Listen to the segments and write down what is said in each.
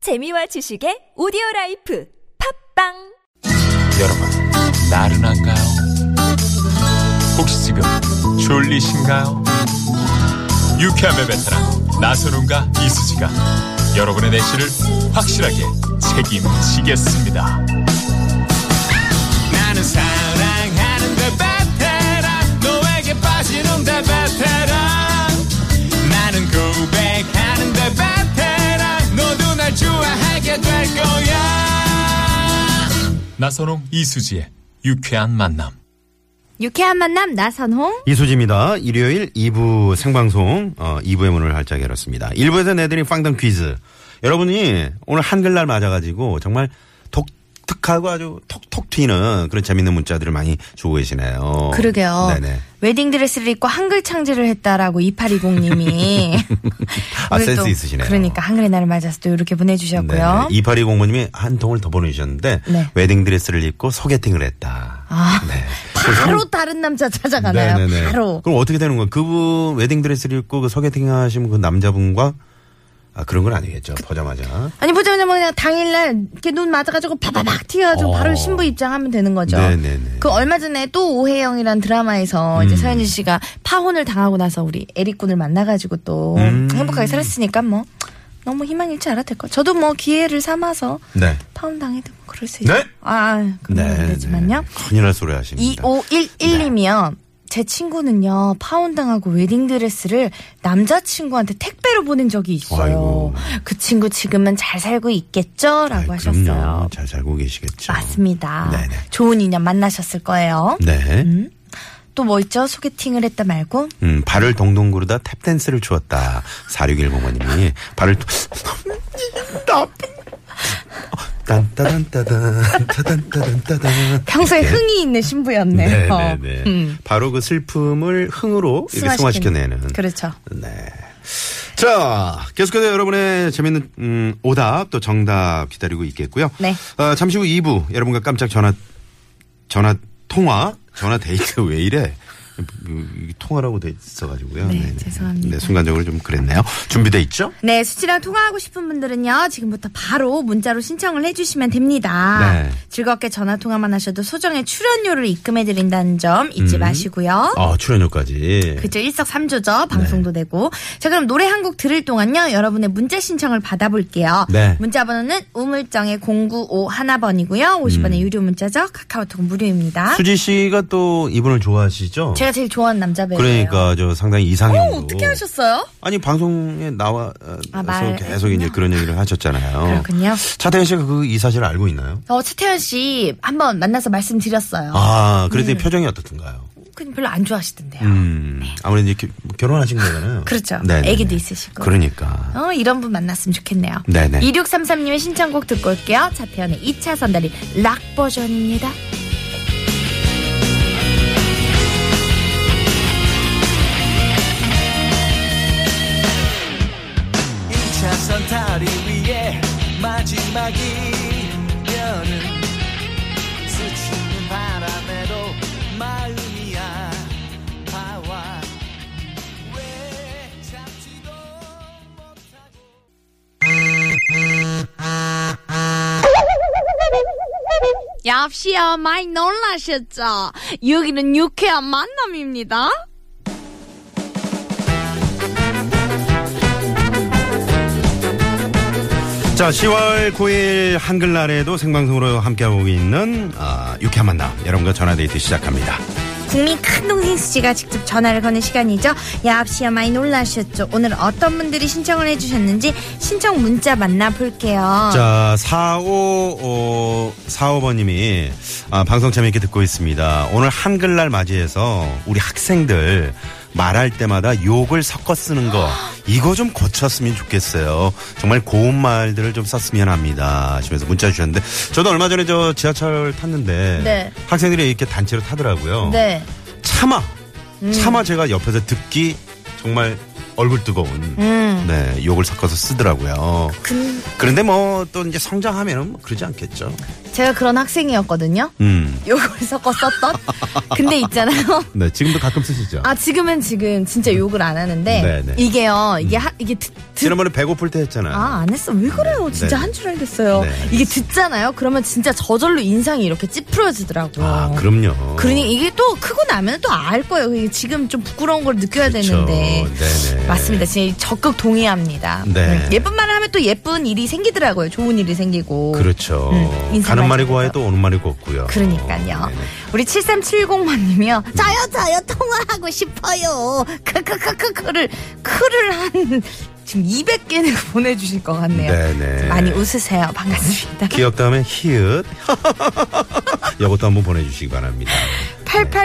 재미와 지식의 오디오 라이프 팝빵 여러분, 나른한가요? 혹시 지금 졸리신가요? 유쾌함의 베테랑 나선웅과 이수지가 여러분의 내실을 확실하게 책임지겠습니다. 나는 사랑하는데 그 베테랑 너에게 빠지는데 그 베테랑 나는 고백하는데 그 베테랑 너도 날 좋아하게 될 거야. 나선홍 이수지의 유쾌한 만남. 유쾌한 만남 나선홍 이수지입니다. 일요일 2부 생방송 어, 2부의 문을 활짝 열었습니다. 1부에서 내드린 빵당 퀴즈. 여러분이 오늘 한글날 맞아가지고 정말 독특하고 아주 톡톡 튀는 그런 재밌는 문자들을 많이 주고 계시네요. 그러게요 네네. 웨딩드레스를 입고 한글 창제를 했다라고 2820님이 아, 센스 있으시네요. 그러니까 한글의 날을 맞아서 또 이렇게 보내주셨고요 네. 2820번님이 한 통을 더 보내주셨는데 네. 웨딩드레스를 입고 소개팅을 했다. 아, 네. 바로 다른 남자 찾아가나요 네네네. 바로 그럼 어떻게 되는 거예요? 그분 웨딩드레스를 입고 그 소개팅 하신 그 남자분과 아, 그런 건 아니겠죠. 보자마자. 아니 보자마자 뭐 그냥 당일날 이렇게 눈 맞아가지고 바바박 튀어가지고 어. 바로 신부 입장하면 되는 거죠 네네네. 음. 그 얼마 전에 또 오해영이란 드라마에서 이제 서현진 씨가 파혼을 당하고 나서 우리 에릭군을 만나가지고 또 음. 행복하게 살았으니까 뭐 너무 희망 잃지 않아도 될거 저도 뭐 기회를 삼아서 네. 파혼 당해도 뭐 그럴 수 네? 있죠. 아, 그건 안 되지만요. 큰일 날 소리 하십니다. 2511님이요. 제 친구는요, 파혼당하고 웨딩드레스를 남자친구한테 택배로 보낸 적이 있어요. 아이고. 그 친구 지금은 잘 살고 있겠죠? 라고 아이, 하셨어요. 그럼요. 잘 살고 계시겠죠. 맞습니다. 네네. 좋은 인연 만나셨을 거예요. 네. 음. 또 뭐 있죠? 소개팅을 했다 말고. 발을 동동 구르다 탭댄스를 추었다. 4610번님이 발을 도- 나쁜 딴따단따단 따단따단따단 평소에 흥이 있는 네, 신부였네요. 네, 네. 음, 바로 그 슬픔을 흥으로 이렇게 승화시키는. 승화시켜내는 그렇죠. 네. 자, 계속해서 여러분의 재밌는 음, 오답 또 정답 기다리고 있겠고요. 네. 어, 잠시 후 2부 여러분과 깜짝 전화 전화 통화 전화 데이트 왜 이래? 이- 이- 통화라고 돼 있어가지고요. 네, 네네. 죄송합니다. 네, 순간적으로 좀 그랬네요. 준비돼 있죠? 네, 수치랑 통화하고 싶은 분들은요, 지금부터 바로 문자로 신청을 해주시면 됩니다. 네. 즐겁게 전화 통화만 하셔도 소정의 출연료를 입금해드린다는 점 잊지 마시고요. 음. 아, 네. 출연료까지. 어? 그죠, 일석삼조죠. 방송도 되고. 자, 그럼 노래 한 곡 들을 동안요, 여러분의 문자 신청을 받아볼게요. 네. 문자 번호는 우물정의 095 하나번이고요. 50번의 유료 문자죠. 카카오톡 무료입니다. 음. 수지 씨가 또 이분을 좋아하시죠? 제가 제일 좋아하는 남자 배우예요. 그러니까 저 상당히 이상형으로. 네. 어, 어떻게 하셨어요? 아니 방송에 나와서 아, 말- 계속 이제 그런 얘기를 하셨잖아요. 그렇군요. 차태현 씨가 그 이 사실을 알고 있나요? 어, 차태현 씨 한번 만나서 말씀드렸어요. 아, 음. 그랬더니 표정이 어떻든가요? 그냥 별로 안 좋아하시던데요. 음, 아무래도 이제 겨- 결혼하신 거잖아요. 그렇죠. 네네네. 애기도 있으시고. 그러니까. 어, 이런 분 만났으면 좋겠네요. 네네. 2633님의 신청곡 듣고 올게요. 차태현의 2차 선달이 락 버전입니다. 이차선 다리 위에 마지막이 여름 스치는 바람에도 마음이 아파와 왜 잡지도 못하고 역시요 많이 놀라셨죠? 여기는 유쾌한 만남입니다. 어? 자, 10월 9일 한글날에도 생방송으로 함께하고 있는 아, 유쾌한 만남 여러분과 전화데이트 시작합니다. 국민 큰동생 수지가 직접 전화를 거는 시간이죠. 야합시야 많이 놀라셨죠? 오늘 어떤 분들이 신청을 해주셨는지 신청 문자 만나볼게요. 자, 4545번님이 아, 방송 재미있게 듣고 있습니다. 오늘 한글날 맞이해서 우리 학생들 말할 때마다 욕을 섞어 쓰는 거 이거 좀 고쳤으면 좋겠어요. 정말 고운 말들을 좀 썼으면 합니다. 하시면서 문자 주셨는데 저도 얼마 전에 저 지하철 탔는데 네. 학생들이 이렇게 단체로 타더라고요. 네. 음. 음. 차마 차마 제가 옆에서 듣기 정말 얼굴 뜨거운 네, 욕을 섞어서 쓰더라고요. 근- 그런데 뭐 또 이제 성장하면은 뭐 그러지 않겠죠. 제가 그런 학생이었거든요. 음. 욕을 섞어 썼던. 근데 있잖아요. 네, 지금도 가끔 쓰시죠. 아 지금은 지금 진짜 욕을 안 하는데 네네. 음. 이게요 이게 하, 이게 듣, 듣 지난번에 배고플 때 했잖아요. 아, 안 했어. 왜 그래요? 진짜 네. 한 줄 알겠어요. 네, 알겠습니다. 이게 듣잖아요? 그러면 진짜 저절로 인상이 이렇게 찌푸려지더라고요. 아, 그럼요. 그러니 이게 또 크고 나면 또 알 거예요. 이게 지금 좀 부끄러운 걸 느껴야 그렇죠. 되는데. 네네. 맞습니다. 지금 적극 동의합니다. 네. 음, 예쁜 말을 하면 또 예쁜 일이 생기더라고요. 좋은 일이 생기고. 그렇죠. 음, 인사 말씀해서. 가는 말이 고와야 또 오는 말이 곱고요. 그러니까요. 네네. 우리 7370번님이요. 저요, 저요, 통화하고 싶어요. 크크크크크를, 크를 한, 지금 200개는 보내주실 것 같네요. 네네. 많이 웃으세요. 반갑습니다. 기억 다음에 히읗. 이것도 한번 보내주시기 바랍니다.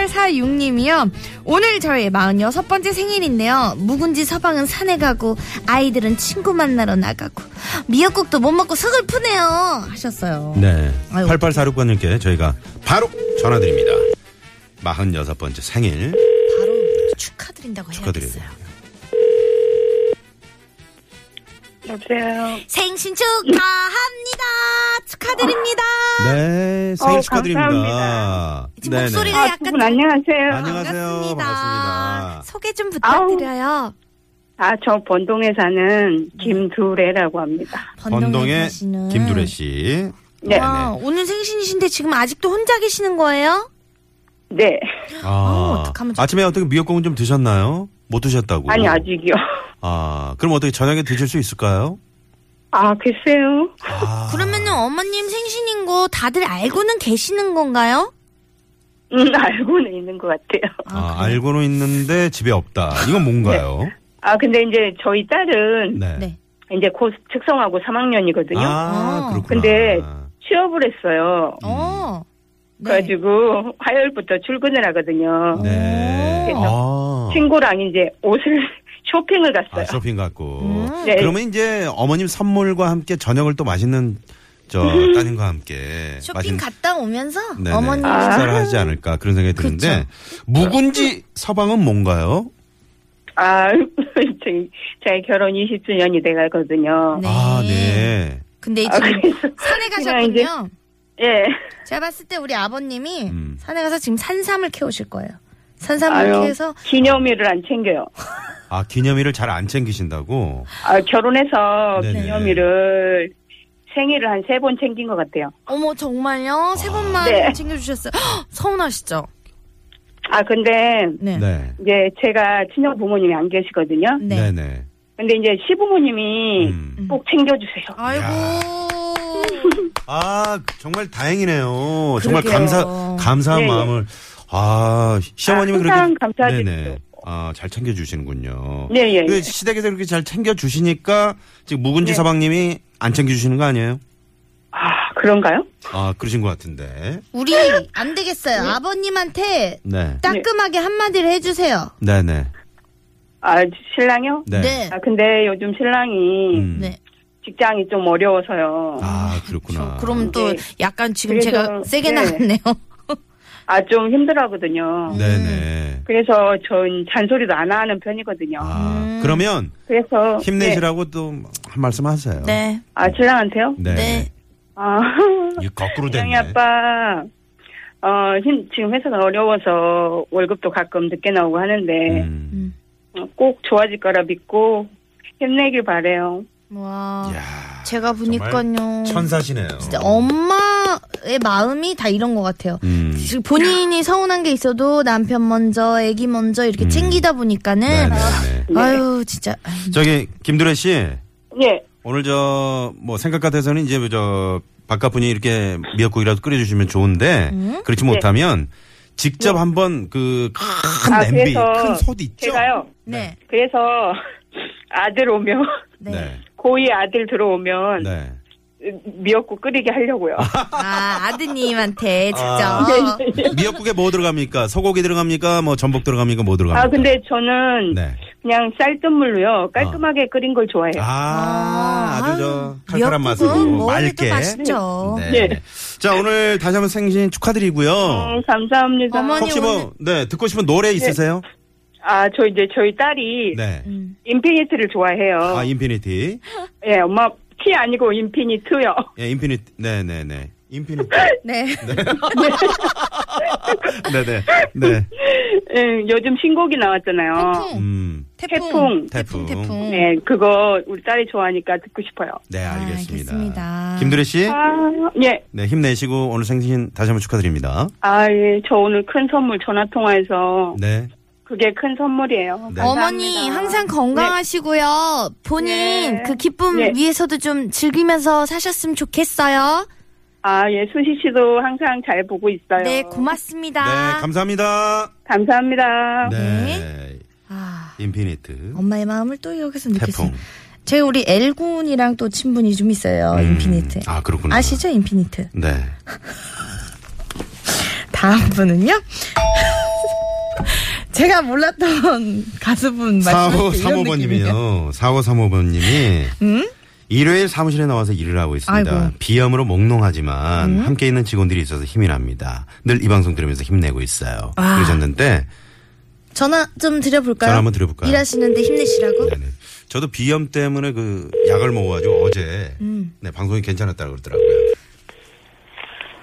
8846님이요. 오늘 저의 46번째 생일인데요. 묵은지 서방은 산에 가고 아이들은 친구 만나러 나가고 미역국도 못 먹고 서글프네요. 하셨어요. 네. 아유. 8846번님께 저희가 바로 전화드립니다. 46번째 생일 바로 축하드린다고 축하드려요. 해야겠어요. 여보세요. 생신 축하합니다. 축하드립니다. 네, 생일 어우, 축하드립니다. 감사합니다. 지금 목소리가 아, 약간 두 분 좀- 안녕하세요. 안녕하세요. 반갑습니다. 소개 좀 부탁드려요. 아, 저 본동에 사는 김두래라고 합니다. 번동의 사시는. 김두래 씨. 네. 와, 아, 오늘 생신이신데 지금 아직도 혼자 계시는 거예요? 네. 아, 어떡하면 좋- 아침에 어떻게 미역국은 좀 드셨나요? 못 드셨다고. 아니, 아직이요. 아, 그럼 어떻게 저녁에 드실 수 있을까요? 아, 글쎄요. 아. 그러면은 어머님 생신인 거 다들 알고는 계시는 건가요? 음, 알고는 있는 것 같아요. 아, 알고는 있는데 집에 없다. 이건 뭔가요? 아, 근데 이제 저희 딸은 네. 네. 이제 곧 특성화고 3학년이거든요. 아, 어. 그렇구나. 근데 취업을 했어요. 음. 어. 그래가지고 화요일부터 출근을 하거든요. 네. 어. 아. 친구랑 이제 옷을 쇼핑을 갔어요. 아, 쇼핑 갖고. 음. 네. 그러면 이제 어머님 선물과 함께 저녁을 또 맛있는 저 따님과 함께 쇼핑 맛있는 갔다 오면서 네네, 어머님 아. 식사를 하지 않을까 그런 생각이 드는데 묵은지 서방은 뭔가요? 아, 저희, 저희 결혼 20주년이 돼가거든요. 네. 아, 네. 근데 아, 지금 그래서 산에 그냥 이제- 가셨군요. 예. 제가 봤을 때 우리 아버님이 음. 산에 가서 지금 산삼을 캐오실 거예요. 산삼을 아유, 캐서 기념일을 안 챙겨요. 아, 기념일을 잘 안 챙기신다고? 아, 결혼해서 네네. 기념일을 생일을 한 세 번 챙긴 것 같아요. 어머 정말요? 세 번만 네. 챙겨주셨어요. 헉, 서운하시죠? 아, 근데 네. 네. 이제 제가 친정 부모님이 안 계시거든요. 네. 네, 네. 근데 이제 시부모님이 음. 꼭 챙겨주세요. 아이고. 아, 정말 다행이네요. 정말 그러게요. 감사 감사한 예, 예. 마음을 아, 시어머님이 아, 그렇게 항상 감사드리죠. 네네. 아, 잘 챙겨 주시는군요. 네, 예, 그 예. 시댁에서 그렇게 잘 챙겨 주시니까 지금 묵은지 네. 서방님이 안 챙겨 주시는 거 아니에요? 아, 그런가요? 아, 그러신 것 같은데. 우리 안 되겠어요. 네? 아버님한테 네. 따끔하게 한마디를 해주세요. 네, 네. 아, 신랑이요? 네. 아, 근데 요즘 신랑이 음. 네. 직장이 좀 어려워서요. 아, 그렇구나. 그럼 또 네. 약간 지금 그래서- 제가 세게 네. 나갔네요. 아, 좀 힘들하거든요. 네, 음. 네. 그래서 전 잔소리도 안 하는 편이거든요. 아, 그러면 그래서 네. 힘내시라고 또 한 말씀 하세요. 네. 아, 신랑한테요? 네. 네. 아, 이게 거꾸로 영희 됐네. 아빠, 어, 힘, 지금 회사가 어려워서 월급도 가끔 늦게 나오고 하는데, 음. 어, 꼭 좋아질 거라 믿고, 힘내길 바래요. 와. 야, 제가 보니까요. 천사시네요. 음. 진짜 엄마의 마음이 다 이런 것 같아요. 음. 지금 본인이 서운한 게 있어도 남편 먼저, 아기 먼저 이렇게 챙기다 네, 보니까는 네, 네. 아유 진짜 아유, 저기 김두래 씨 예, 오늘 저 뭐 생각 같아서는 이제 저 바깥 분이 이렇게 미역국이라도 끓여주시면 좋은데 예. 그렇지 못하면 직접 한번 그 큰 아, 냄비, 그래서 큰 솥 있죠. 제가요, 네. 그래서 아들 오면, 네. 네, 고이 아들 들어오면, 네. 미역국 끓이게 하려고요. 아 아드님한테 직접 미역국에 뭐 들어갑니까? 소고기 들어갑니까? 뭐 전복 들어갑니까? 뭐 들어갑니까? 아, 근데 저는 네. 그냥 쌀뜨물로요, 깔끔하게 끓인 걸 좋아해요. 아, 아주 저 칼칼한 미역국은 맛으로 뭐 해도 맑게. 맛있죠. 네. 네. 자, 오늘 다시 한번 생신 축하드리고요. 음, 감사합니다. 어머니- 혹시 뭐, 네, 듣고 싶은 노래 있으세요? 아, 저 이제 저희 딸이 네. 음. 인피니트를 좋아해요. 아, 인피니티. 예, 엄마 티 아니고 인피니트요. 예, 인피니티. 네네네. 인피니티. 네. 네네. 네. 예, 요즘 신곡이 나왔잖아요. 태풍. 음. 태풍. 태풍. 음. 태풍. 태풍. 태풍. 네, 그거 우리 딸이 좋아하니까 듣고 싶어요. 네, 알겠습니다. 알겠습니다. 김두리 씨. 아, 예. 네, 힘내시고 오늘 생신 다시 한번 축하드립니다. 아, 예. 저 오늘 큰 선물 전화 통화해서 네. 그게 큰 선물이에요. 네. 어머니 감사합니다. 항상 건강하시고요. 본인 네. 그 기쁨 네. 위해서도 좀 즐기면서 사셨으면 좋겠어요. 아, 예. 수시 씨도 항상 잘 보고 있어요. 네, 고맙습니다. 네, 감사합니다. 감사합니다. 네. 아, 인피니트. 엄마의 마음을 또 여기서 태풍. 느꼈어요. 제 우리 엘군이랑 또 친분이 좀 있어요. 음, 인피니트. 아, 그렇구나. 아시죠? 인피니트. 네. 다음 분은요. 제가 몰랐던 가수분 말씀하실 때 이런 4535번 느낌이에요. 님이요. 4535번 님이 일요일 사무실에 나와서 일을 하고 있습니다. 아이고. 비염으로 몽롱하지만 함께 있는 직원들이 있어서 힘이 납니다. 늘 이 방송 들으면서 힘내고 있어요. 아. 그러셨는데 전화 좀 드려볼까요? 전화 한번 드려볼까요? 일하시는데 힘내시라고. 네, 네. 저도 비염 때문에 그 약을 먹어가지고 어제 네, 방송이 괜찮았다고 그러더라고요.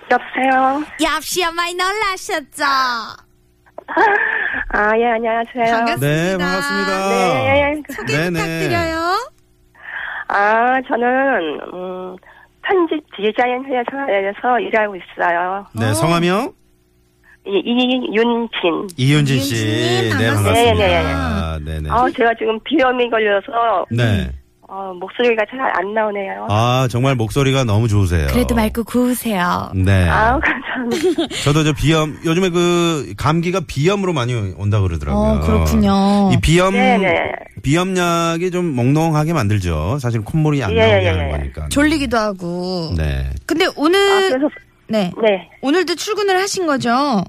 여보세요. 얍시야 많이 놀라셨죠? 아, 예, 안녕하세요. 반갑습니다. 네, 반갑습니다. 네. 네, 네. 부탁드려요. 아, 저는 음, 편집 디자인 회사에서 일하고 있어요. 네, 성함이요? 이- 이윤진. 이윤진 씨. 이윤진님, 네, 반갑습니다. 네, 네. 아, 제가 지금 비염이 걸려서 네. 어, 목소리가 잘 안 나오네요. 아, 정말 목소리가 너무 좋으세요. 그래도 말고 구우세요. 네. 아, 감사합니다. 저도 저 비염 요즘에 그 감기가 비염으로 많이 온다 그러더라고요. 어, 그렇군요. 이 비염 네네. 비염약이 좀 몽롱하게 만들죠. 사실 콧물이 안 예, 나오게 예, 하는 예. 거니까. 졸리기도 하고. 네. 근데 아, 오늘 그래서 네 네. 오늘도 출근을 하신 거죠?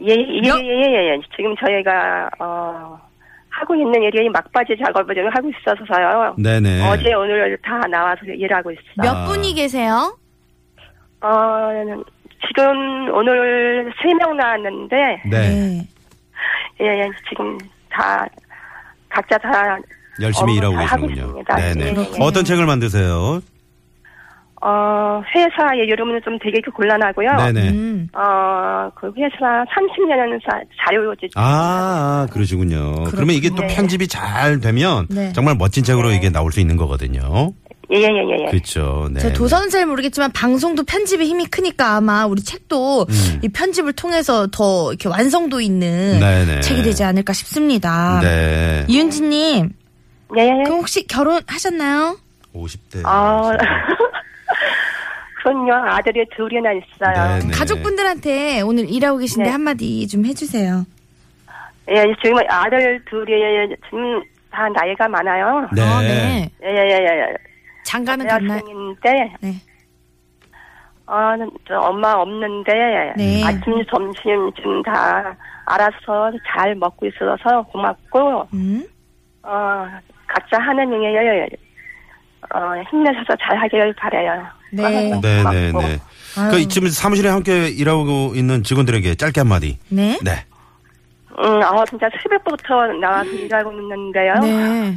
예, 예, 예, 예, 예, 예. 지금 저희가 어, 하고 있는 일이 막바지 작업을 지금 하고 있어서요. 네네. 어제 오늘 다 나와서 일하고 있어요. 몇 아. 분이 계세요? 어, 지금 오늘 세 명 나왔는데 네. 예, 예, 지금 다 각자 다 열심히 어, 일하고 잘 하고 계시군요. 있습니다. 네네. 예, 예. 어떤 책을 만드세요? 어, 회사의 여름은 좀 되게 곤란하고요. 네네. 음. 어, 그 회사 30년 사, 자료 제 아, 그러시군요. 그러면 이게 또 네. 편집이 잘 되면 네. 정말 멋진 책으로 이게 나올 수 있는 거거든요. 예, 예, 예, 예. 그렇죠. 네. 저 도서는 잘 모르겠지만 방송도 편집의 힘이 크니까 아마 우리 책도 이 편집을 통해서 더 이렇게 완성도 있는 음. 네네. 책이 되지 않을까 싶습니다. 네. 이윤지님, 예, 예, 예. 그럼 혹시 결혼하셨나요? 50대. 아, 그럼요. 아들이 둘이나 있어요. 네네. 가족분들한테 오늘 일하고 계신데 네. 한마디 좀 해주세요. 예, 지금 아들 둘이 예, 지금 다 나이가 많아요. 네. 아, 네. 예, 예, 예, 예. 장가는 갔나요? 대학생인데, 네. 어, 저 엄마 없는데, 네. 아침, 점심 지금 다 알아서 잘 먹고 있어서 고맙고, 음? 어, 각자 하는 일에 어, 힘내셔서 잘 하길 바래요. 네. 네, 맞고. 네, 네. 그러니까 아유. 이쯤 사무실에 함께 일하고 있는 직원들에게 짧게 한마디. 네. 네. 음, 어, 진짜 새벽부터 나와서 일하고 있는데요. 네.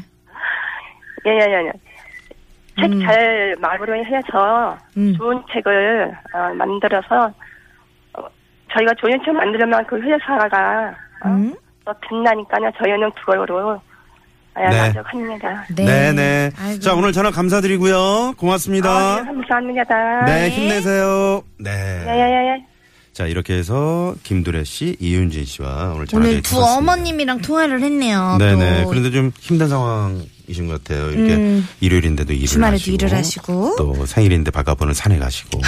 예, 예, 예. 음. 책 잘 마무리해서 음. 좋은 책을 어, 만들어서 어, 저희가 좋은 책 만들면 그 회사가 어, 음? 또 빛나니까요. 저희는 그걸로 예, 네. 만족합니다. 네, 네. 아이고. 자, 오늘 전화 감사드리고요. 아, 고맙습니다. 네, 감사합니다. 네, 힘내세요. 네. 예, 예, 예, 예. 자, 이렇게 해서 김두래 씨, 이윤진 씨와 오늘 전화 오늘 두 어머님이랑 통화를 했네요. 네, 또 네. 그런데 좀 힘든 상황이신 것 같아요. 이렇게 음. 일요일인데도 일을 주말에도 하시고, 일을 하시고. 또 생일인데 바가보는 산에 가시고.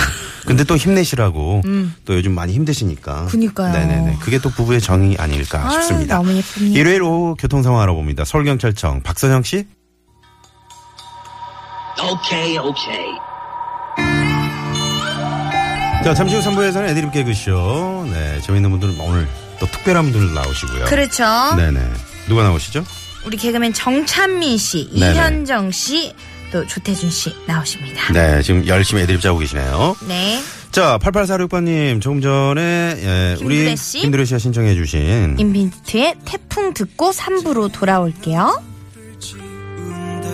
근데 또 힘내시라고 또 요즘 많이 힘드시니까. 음. 그니까요. 네, 네, 네. 그게 또 부부의 정이 아닐까 아유, 싶습니다. 너무 예쁩니다. 일요일 오후 교통 상황 알아봅니다. 서울경찰청 박선영 씨. 자, 잠시 후 3부에서는 애드립 개그쇼. 네, 재밌는 분들은 오늘 또 특별한 분들 나오시고요. 그렇죠. 네네. 누가 나오시죠? 우리 개그맨 정찬민 씨, 네네. 이현정 씨, 또 조태준 씨 나오십니다. 네, 지금 열심히 애드립 짜고 계시네요. 네. 자, 8846번님, 조금 전에, 예, 우리 김두래 씨? 김두래 씨가 신청해주신. 인빈트의 태풍 듣고 3부로 돌아올게요. 운다.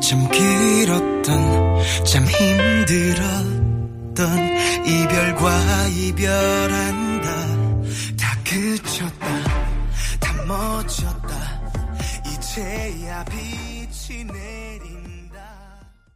참 길었던 참 힘들었던 이별과 이별한다 다 그쳤다 다 멎었다 이제야 빛이 내